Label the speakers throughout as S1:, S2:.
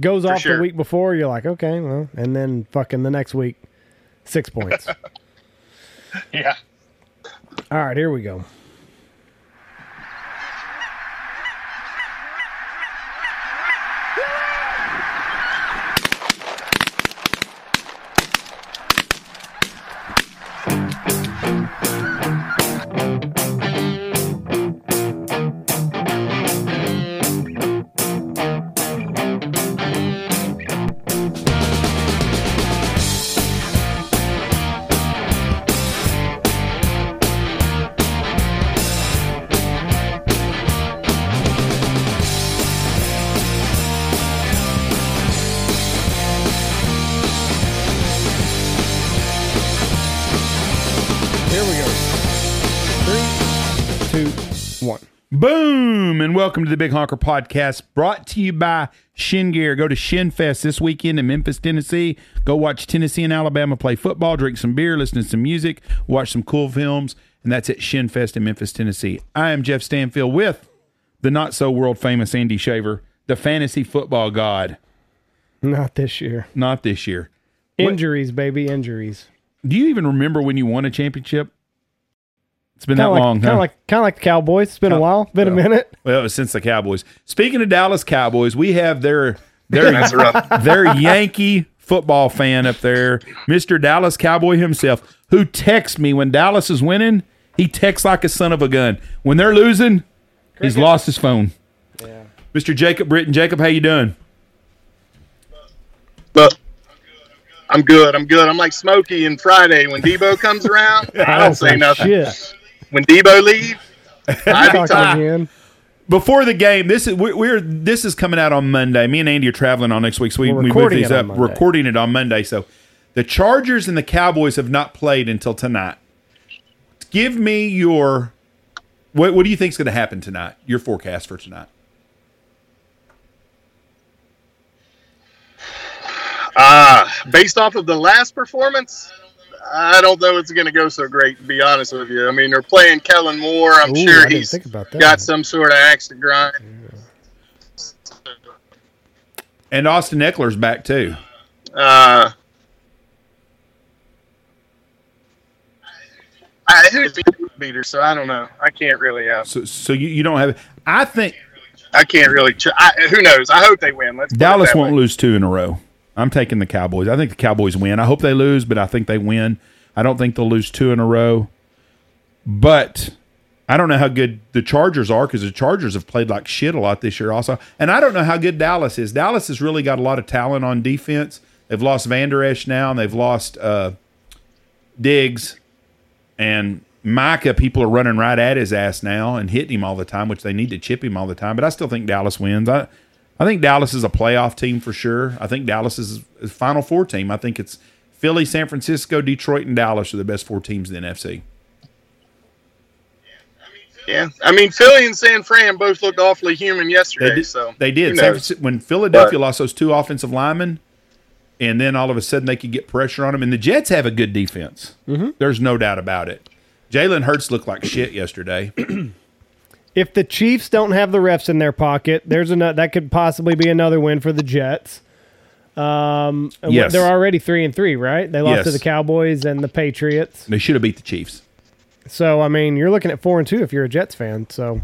S1: goes
S2: For
S1: off
S2: sure.
S1: the week before, you're like, okay, well, and then fucking the next week, six points.
S2: Yeah.
S1: All right, here we go. Here we go. Three, two, one.
S3: Boom! And welcome to the Big Honker Podcast, brought to you by Shin Gear. Go to Shin Fest this weekend in Memphis, Tennessee. Go watch Tennessee and Alabama play football, drink some beer, listen to some music, watch some cool films, and that's at Shin Fest in Memphis, Tennessee. I am Jeff Stanfield with the not so world famous Andy Shaver, the fantasy football god.
S1: Not this year.
S3: Not this year.
S1: Injuries, baby, injuries.
S3: Do you even remember when you won a championship? It's been that
S1: Kinda like,
S3: long,
S1: Kind
S3: huh?
S1: of like, kind of like the Cowboys. It's been a while. Been a minute.
S3: Well, it was since the Cowboys. Speaking of Dallas Cowboys, we have their their
S2: That's rough.
S3: their Yankee football fan up there, Mr. Dallas Cowboy himself, who texts me when Dallas is winning, he texts like a son of a gun. When they're losing, he's lost his phone. Yeah. Mr. Jacob Britton, Jacob, how you doing?
S2: But I'm good. I'm good. I'm like Smokey and Friday when Debo comes around. I don't say
S1: Like,
S2: nothing.
S1: Shit.
S2: When Debo leaves, I be
S1: Talking
S2: talking.
S1: again.
S3: Before the game, this is we're, we're this is coming out on Monday. Me and Andy are traveling on next week, so we,
S1: We're
S3: we moved
S1: recording
S3: these
S1: it
S3: up.
S1: on Monday.
S3: Recording it on Monday, so the Chargers and the Cowboys have not played until tonight. Give me your what, what do you think is going to happen tonight? Your forecast for tonight?
S2: Uh, based off of the last performance, I don't know it's going to go so great, to be honest with you. I mean, they're playing Kellen Moore. I'm
S1: Ooh, I
S2: sure
S1: didn't
S2: he's
S1: think about that.
S2: got some sort of axe to grind.
S3: And Austin Eckler's back too.
S2: Uh, I, who's beater, so I don't know. I can't really. Uh,
S3: So so you, you don't have. I think
S2: I can't really. Ch- I, who knows? I hope they win. Let's put it
S3: Dallas
S2: that
S3: won't
S2: way.
S3: lose two in a row. I'm taking the Cowboys. I think the Cowboys win. I hope they lose, but I think they win. I don't think they'll lose two in a row. But I don't know how good the Chargers are because the Chargers have played like shit a lot this year, also. And I don't know how good Dallas is. Dallas has really got a lot of talent on defense. They've lost Van Der Esch now, and they've lost uh, Diggs and Micah. People are running right at his ass now and hitting him all the time, which they need to chip him all the time. But I still think Dallas wins. I, I think Dallas is a playoff team for sure. I think Dallas is a Final Four team. I think it's Philly, San Francisco, Detroit, and Dallas are the best four teams in the NFC.
S2: Yeah, I mean Philly and San Fran both looked awfully human
S3: They
S2: yesterday.
S3: did.
S2: so
S3: they
S2: who
S3: did. San
S2: knows?
S3: Francisco, when Philadelphia
S2: But-
S3: lost those two offensive linemen, and then all of a sudden they could get pressure on them. And the Jets have a good defense. There's no doubt about it. Jalen Hurts looked like shit yesterday.
S1: If the Chiefs don't have the refs in their pocket, there's another that could possibly be another win for the Jets. Um, and
S3: Yes.
S1: they're already three and three, right? They lost to
S3: Yes.
S1: the Cowboys and the Patriots.
S3: they should have beat the Chiefs.
S1: So I mean, you're looking at four and two if you're a Jets fan. So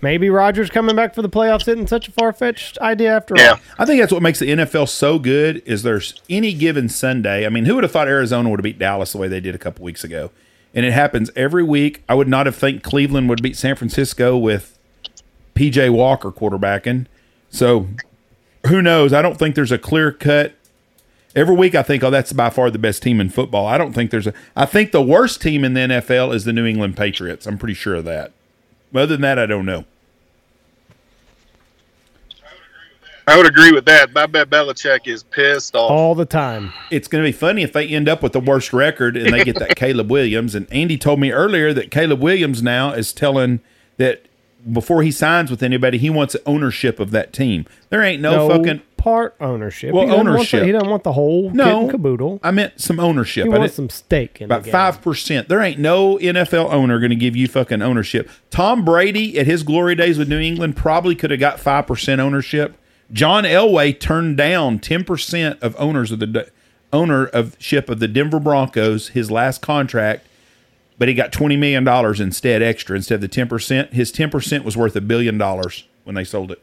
S1: maybe Rogers coming back for the playoffs isn't such a far fetched idea after
S2: Yeah.
S1: all.
S3: I think that's what makes the NFL so good is there's any given Sunday. I mean, who would have thought Arizona would have beat Dallas the way they did a couple weeks ago? And it happens every week. I would not have think Cleveland would beat San Francisco with PJ Walker quarterbacking. So who knows? I don't think there's a clear cut. Every week I think, oh, that's by far the best team in football. I don't think there's a I think the worst team in the NFL is the New England Patriots. I'm pretty sure of that. Other than that, I don't know.
S2: I would agree with that. but I bet Belichick is pissed off.
S1: All the time.
S3: it's going to be funny if they end up with the worst record and they get that Caleb Williams. And Andy told me earlier that Caleb Williams now is telling that before he signs with anybody, he wants ownership of that team. There ain't no,
S1: No
S3: fucking
S1: part ownership.
S3: Well,
S1: he doesn't want
S3: ownership.
S1: the- he doesn't want the whole kit
S3: no
S1: and caboodle.
S3: I meant some ownership.
S1: He
S3: I
S1: wants some
S3: didn't-
S1: steak in the
S3: about
S1: game.
S3: five percent. There ain't no NFL owner going to give you fucking ownership. Tom Brady at his glory days with New England probably could have got five percent ownership. John Elway turned down 10% of owners of the De- owner of ship of the Denver Broncos his last contract, but he got 20 million dollars instead extra instead of the 10%. His 10% was worth a billion dollars when they sold it.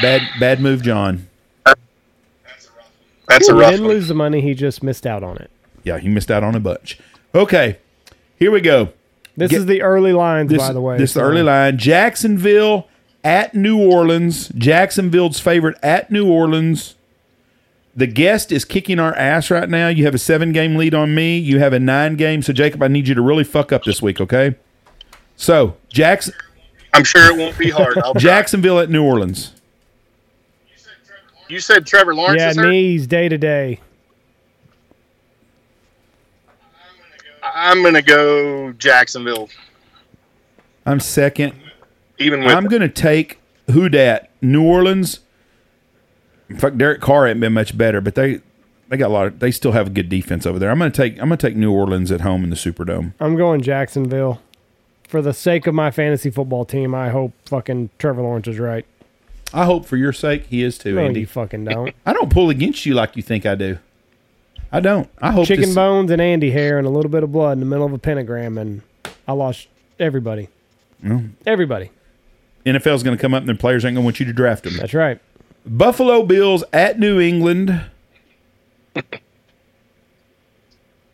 S3: Bad bad move, John. Oh,
S2: That's a
S1: He
S2: rough
S1: didn't
S2: one.
S1: lose the money. He just missed out on it.
S3: Yeah, he missed out on a bunch. Okay. Here we go.
S1: This
S3: Get-
S1: is the early lines,
S3: This,
S1: by the way.
S3: This is the
S1: so-
S3: early line. Jacksonville at New Orleans. Jacksonville's favorite at New Orleans. The guest is kicking our ass right now. You have a seven game lead on me. You have a nine game. So, Jacob, I need you to really fuck up this week, okay? So, Jackson,
S2: I'm sure it won't be hard. I'll try.
S3: Jacksonville at New Orleans.
S2: You said Trevor Lawrence
S1: Yeah,
S2: is hurt.
S1: knees day to day.
S2: I'm gonna go Jacksonville.
S3: I'm second.
S2: Even with
S3: I'm going to take who dat New Orleans. Fuck, Derek Carr ain't been much better, but they they got a lot. Of, they still have a good defense over there. I'm going to take I'm going to take New Orleans at home in the Superdome.
S1: I'm going Jacksonville. For the sake of my fantasy football team, I hope fucking Trevor Lawrence is right.
S3: I hope for your sake he is too,
S1: No,
S3: Andy.
S1: you fucking don't.
S3: I don't pull against you like you think I do. I don't. I hope
S1: Chicken
S3: this-
S1: bones and Andy hair and a little bit of blood in the middle of a pentagram, and I lost everybody. Everybody.
S3: NFL's going to come up and their players ain't going to want you to draft them.
S1: That's right.
S3: Buffalo Bills at New England.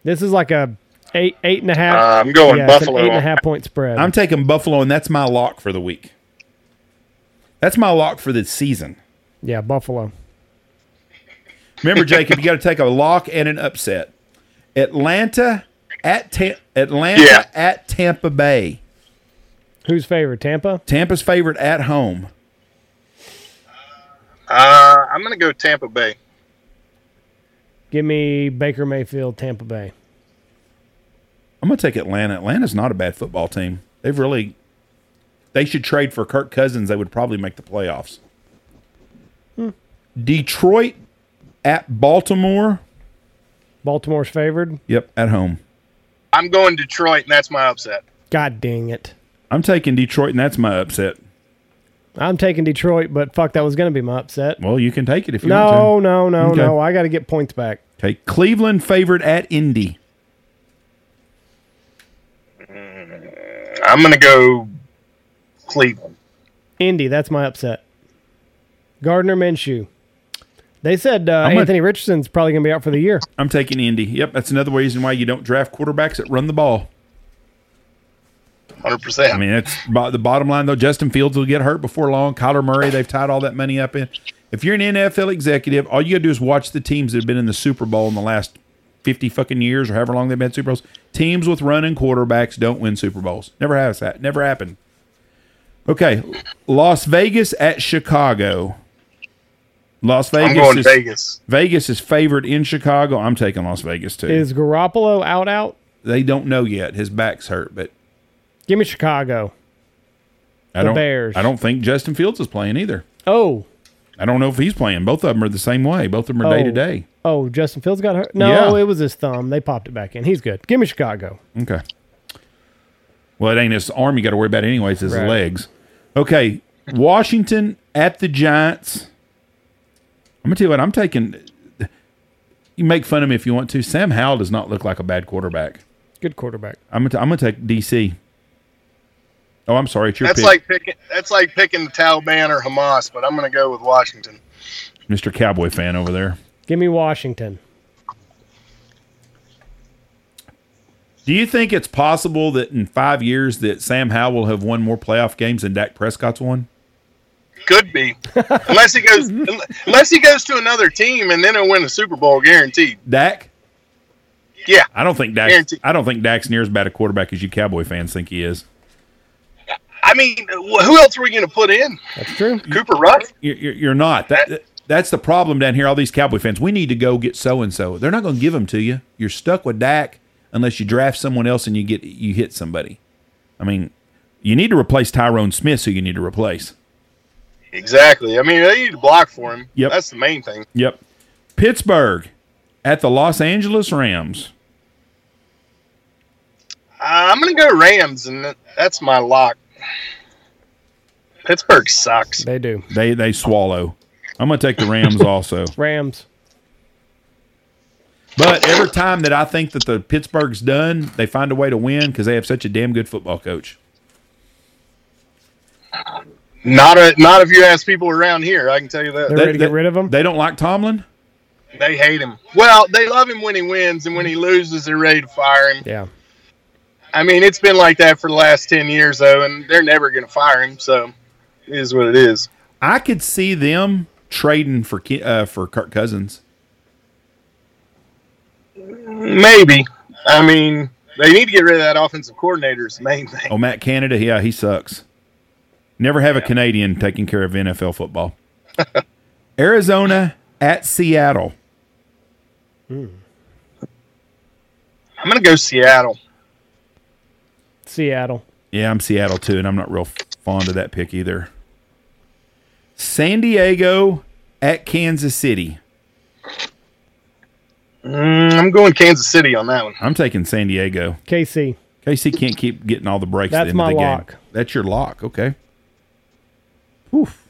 S1: This is like a eight eight and a
S2: uh,
S1: half.
S2: I'm going
S1: yeah, it's an
S2: Buffalo.
S1: eight and a half point spread.
S3: I'm taking Buffalo, and that's my lock for the week. That's my lock for the season.
S1: yeah, Buffalo.
S3: Remember, Jacob, you got to take a lock and an upset. Atlanta at Ta- Atlanta
S2: Yeah.
S3: at Tampa Bay.
S1: Who's favorite? Tampa.
S3: Tampa's favorite at home.
S2: Uh, I'm gonna go Tampa Bay.
S1: Give me Baker Mayfield, Tampa Bay.
S3: I'm going to take Atlanta. Atlanta's not a bad football team. They've really they should trade for Kirk Cousins. They would probably make the playoffs. Detroit at Baltimore.
S1: Baltimore's favored.
S3: Yep, at home.
S2: I'm going Detroit, and that's my upset.
S1: God dang it.
S3: I'm taking Detroit, and that's my upset.
S1: I'm taking Detroit, but fuck, that was going to be my upset.
S3: Well, you can take it if you want to.
S1: No, no, no,
S3: Okay.
S1: no. I got to get points back.
S3: Okay, Cleveland favored at Indy.
S2: I'm gonna go Cleveland.
S1: Indy, that's my upset. Gardner Minshew. They said uh,
S3: I'm gonna-
S1: Anthony Richardson's probably going to be out for the year.
S3: I'm taking Indy. Yep, that's another reason why you don't draft quarterbacks that run the ball.
S2: 100. percent
S3: I mean, that's bo- the bottom line though. Justin Fields will get hurt before long. Kyler Murray, they've tied all that money up in. If you're an NFL executive, all you got to do is watch the teams that have been in the Super Bowl in the last 50 fucking years or however long they've been Super Bowls. Teams with running quarterbacks don't win Super Bowls. Never has that. Never happened. Okay, Las Vegas at Chicago. Las Vegas
S2: I'm going
S3: is
S2: Vegas.
S3: Vegas is favored in Chicago. I'm taking Las Vegas too.
S1: Is Garoppolo out? Out?
S3: they don't know yet. His back's hurt, but
S1: Give me Chicago.
S3: I
S1: The
S3: don't,
S1: Bears.
S3: I don't think Justin Fields is playing either.
S1: Oh,
S3: I don't know if he's playing. Both of them are the same way. Both of them are day to
S1: Oh.
S3: day.
S1: oh, Justin Fields got hurt. No,
S3: Yeah.
S1: it was his thumb. They popped it back in. He's good. Give me Chicago.
S3: Okay. Well, it ain't his arm you got to worry about, anyways. His
S1: Right.
S3: legs. Okay. Washington at the Giants. I'm gonna tell you what. I'm taking. You make fun of me if you want to. Sam Howell does not look like a bad quarterback.
S1: Good quarterback.
S3: I'm gonna. I'm gonna take DC. Oh, I'm sorry. It's your
S2: That's
S3: pick,
S2: like picking. That's like picking the Taliban or Hamas, but I'm gonna go with Washington.
S3: Mr. Cowboy fan over there.
S1: Give me Washington.
S3: Do you think it's possible that in five years that Sam Howell will have won more playoff games than Dak Prescott's won?
S2: Could be, unless he goes unless he goes to another team and then he'll win the Super Bowl guaranteed.
S3: Dak?
S2: Yeah,
S3: I don't think Dak.
S2: Guaranteed.
S3: I don't think Dak's near as bad a quarterback as you Cowboy fans think he is.
S2: I mean, wh- who else are we going to put in?
S1: That's true.
S2: Cooper Rush?
S3: You're, you're, you're not. That, that- that's the problem down here. All these Cowboy fans. We need to go get so and so. They're not going to give them to you. You're stuck with Dak unless you draft someone else and you get you hit somebody. I mean, you need to replace Tyrone Smith. Who you need to replace?
S2: Exactly. I mean, they need to block for him.
S3: Yep.
S2: That's the main thing.
S3: Yep. Pittsburgh at the Los Angeles Rams.
S2: Uh, I'm going to go Rams, and that- that's my lock. Pittsburgh sucks.
S1: They do.
S3: They they swallow. I'm gonna take the Rams also.
S1: Rams.
S3: But every time that I think that the Pittsburgh's done, they find a way to win because they have such a damn good football coach.
S2: Not a, not if you ask people around here. I can tell you that
S1: They're ready to get rid of him.
S3: They don't like Tomlin.
S2: they hate him. Well, they love him when he wins, and when he loses, they're ready to fire him.
S1: Yeah.
S2: I mean, it's been like that for the last ten years, though, and they're never going to fire him. So, it is what it is.
S3: I could see them trading for Ki- uh, for Kirk Cousins.
S2: Maybe. I mean, they need to get rid of that offensive coordinator. Is the main thing.
S3: Oh, Matt Canada, yeah, he sucks. Never have a Canadian taking care of NFL football. Arizona at Seattle.
S2: I'm going to go Seattle.
S1: Seattle.
S3: Yeah, I'm Seattle too, and I'm not real fond of that pick either. San Diego at Kansas City.
S2: Mm, I'm going Kansas City on that one.
S3: I'm taking San Diego.
S1: KC.
S3: KC can't keep getting all the breaks at
S1: That's
S3: the end
S1: my
S3: of the
S1: lock.
S3: game. That's your lock. Okay. Oof.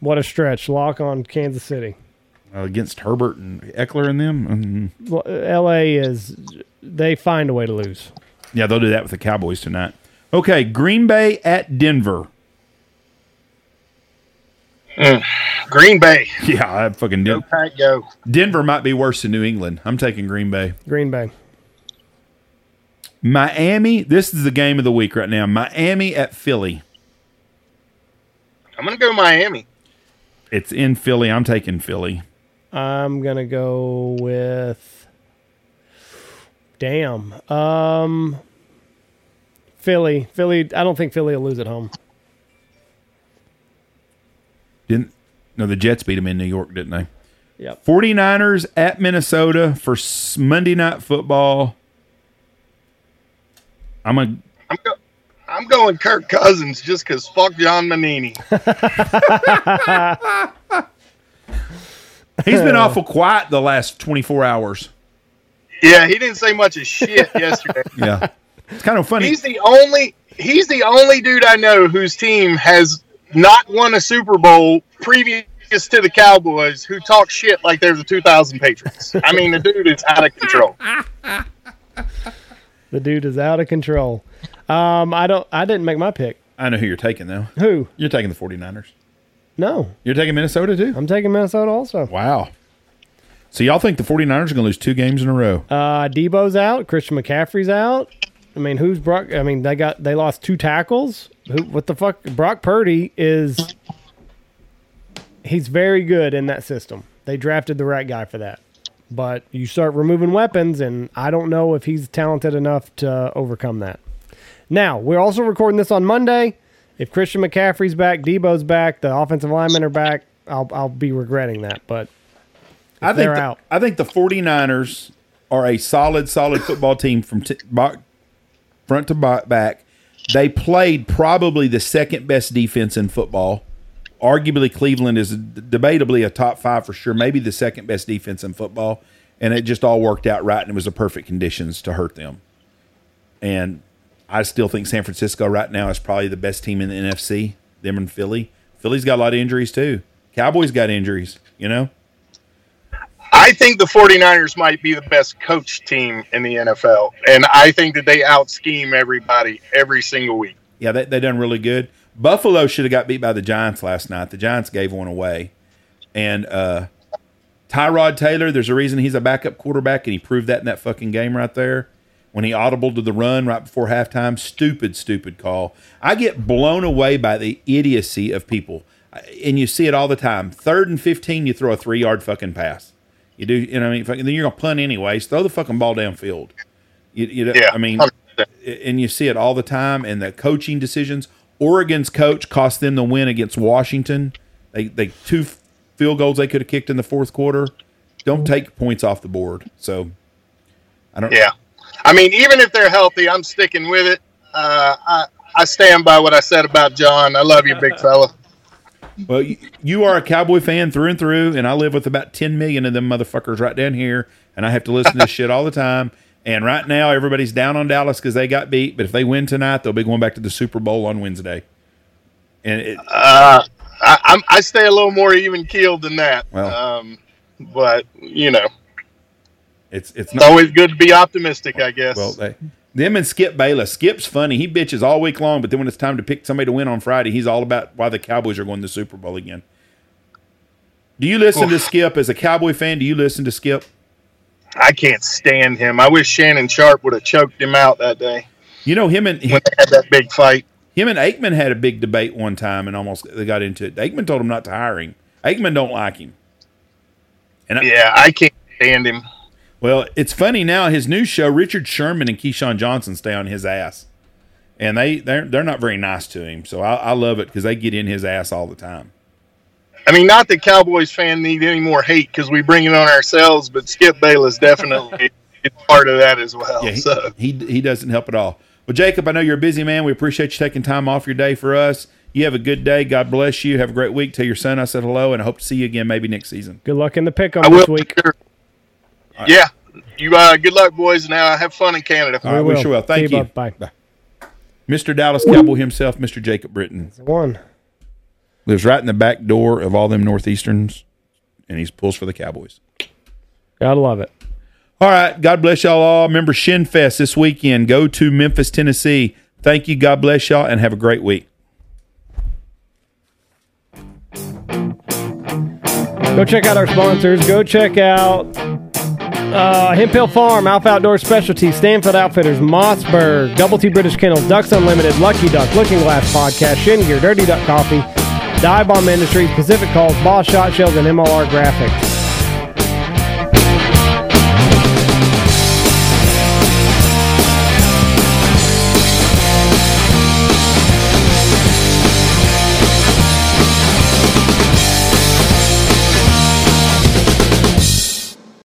S1: What a stretch. Lock on Kansas City.
S3: Uh, against Herbert and Eckler and them. Mhm.
S1: Well, LA is they find a way to lose.
S3: Yeah, they'll do that with the Cowboys tonight. Okay, Green Bay at Denver.
S2: Green Bay.
S3: Yeah, I fucking
S2: Go
S3: did.
S2: pack, go.
S3: Denver might be worse than New England. I'm taking Green Bay.
S1: Green Bay.
S3: Miami, this is the game of the week right now. Miami at Philly.
S2: I'm going to go Miami.
S3: It's in Philly. I'm taking Philly.
S1: I'm gonna go with damn. Um Philly. Philly I don't think Philly will lose at home.
S3: Didn't no, the Jets beat them in New York, didn't they?
S1: Yep.
S3: 49ers at Minnesota for s- Monday night football. I'm a
S2: I'm, go- I'm going Kirk Cousins just because fuck John Manini.
S3: He's been awful quiet the last 24 hours.
S2: yeah, he didn't say much of shit yesterday.
S3: Yeah. It's kind of funny.
S2: He's the only he's the only dude I know whose team has not won a Super Bowl previous to the Cowboys who talk shit like they're the 2000 Patriots. I mean, the dude is out of control.
S1: The dude is out of control. Um I don't I didn't make my pick.
S3: I know who you're taking, though.
S1: Who?
S3: You're taking the 49ers.
S1: No.
S3: You're taking Minnesota, too?
S1: I'm taking Minnesota also.
S3: Wow. So, y'all think the 49ers are going to lose two games in a row?
S1: Uh Debo's out, Christian McCaffrey's out. I mean, who's Brock? I mean, they got they lost two tackles. Who? What the fuck? Brock Purdy is he's very good in that system. They drafted the right guy for that. But you start removing weapons, and I don't know if he's talented enough to overcome that. Now we're also recording this on Monday. If Christian McCaffrey's back, Debo's back, the offensive linemen are back. I'll I'll be regretting that, but
S3: I think
S1: they're
S3: the,
S1: out.
S3: I think the 49ers are a solid, solid football team from t- bo- front to bo- back. They played probably the second best defense in football. Arguably, Cleveland is debatably a top five for sure, maybe the second best defense in football. And it just all worked out right, and it was the perfect conditions to hurt them. And I still think San Francisco right now is probably the best team in the NFC. Them and Philly. Philly's got a lot of injuries too. Cowboys got injuries. You know.
S2: I think the 49ers might be the best coach team in the NFL. And I think that they out scheme everybody every single week.
S3: Yeah, they they done really good. Buffalo should have got beat by the Giants last night. The Giants gave one away, and uh, Tyrod Taylor. There's a reason he's a backup quarterback, and he proved that in that fucking game right there when he audible to the run right before halftime. Stupid, stupid call. I get blown away by the idiocy of people, and you see it all the time. Third and fifteen, you throw a three yard fucking pass. You do, you know, what I mean, fucking, then you're gonna punt anyways. Throw the fucking ball downfield. You, you know,
S2: Yeah.
S3: I mean,
S2: 100%.
S3: and you see it all the time and the coaching decisions. Oregon's coach cost them the win against Washington. They they two f- field goals they could have kicked in the fourth quarter. Don't take points off the board. So I don't
S2: Yeah. I mean, even if they're healthy, I'm sticking with it. Uh, I, I stand by what I said about John. I love you, big fella.
S3: Well, you, you are a Cowboy fan through and through, and I live with about 10 million of them motherfuckers right down here, and I have to listen to this shit all the time. And right now, everybody's down on Dallas because they got beat. But if they win tonight, they'll be going back to the Super Bowl on Wednesday. And it,
S2: Uh, I, I'm, I stay a little more even keeled than that.
S3: Well.
S2: Um, but you know,
S3: it's it's
S2: it's
S3: not
S2: always good to be optimistic, I guess.
S3: well. They, them and Skip Bayless. Skip's funny. He bitches all week long, but then when it's time to pick somebody to win on Friday, he's all about why the Cowboys are going to the Super Bowl again. Do you listen to
S2: Oof.
S3: Skip as a Cowboy fan? Do you listen to Skip?
S2: I can't stand him. I wish Shannon Sharp would have choked him out that day
S3: You know him and
S2: when they had that big fight.
S3: Him and Aikman had a big debate one time, and almost they got into it. Aikman told him not to hire him. Aikman don't like him. And I,
S2: Yeah, I can't stand him.
S3: well, it's funny now. His new show, Richard Sherman and Keyshawn Johnson stay on his ass, and they they're they're not very nice to him. So I, I love it because they get in his ass all the time.
S2: I mean, not that Cowboys fan need any more hate because we bring it on ourselves, but Skip Bayless definitely is part of that as well.
S3: Yeah, he,
S2: so
S3: he he doesn't help at all. Well, Jacob, I know you're a busy man. We appreciate you taking time off your day for us. You have a good day. God bless you. Have a great week. Tell your son I said hello, and I hope to see you again maybe next season.
S1: Good luck in the pick
S2: I
S1: on
S2: will.
S1: this week.
S2: Sure. Yeah, you. Uh, good luck, boys. and Now have fun in Canada.
S3: All right, we
S1: will.
S3: sure will.
S1: See
S3: Thank
S1: you,
S3: you.
S1: bud. Bye.
S3: Mr. Dallas Cowboy himself, Mr. Jacob Britton,
S1: One.
S3: lives right in the back door of all them Northeasterns, and he's pulls for the Cowboys.
S1: Gotta love it.
S3: All right. God bless y'all all. Remember Shin Fest this weekend. Go to Memphis, Tennessee. Thank you. God bless y'all, and have a great week.
S1: Go check out our sponsors. Go check out uh, Hemp Hill Farm, Alf Outdoor Specialty, Stanford Outfitters, Mossberg, Double T British Kennels, Ducks Unlimited, Lucky Duck, Looking Glass Podcast, Shin Gear, Dirty Duck Coffee, Dive Bomb Industries, Pacific Calls, Boss Shot Shells, and MLR Graphics.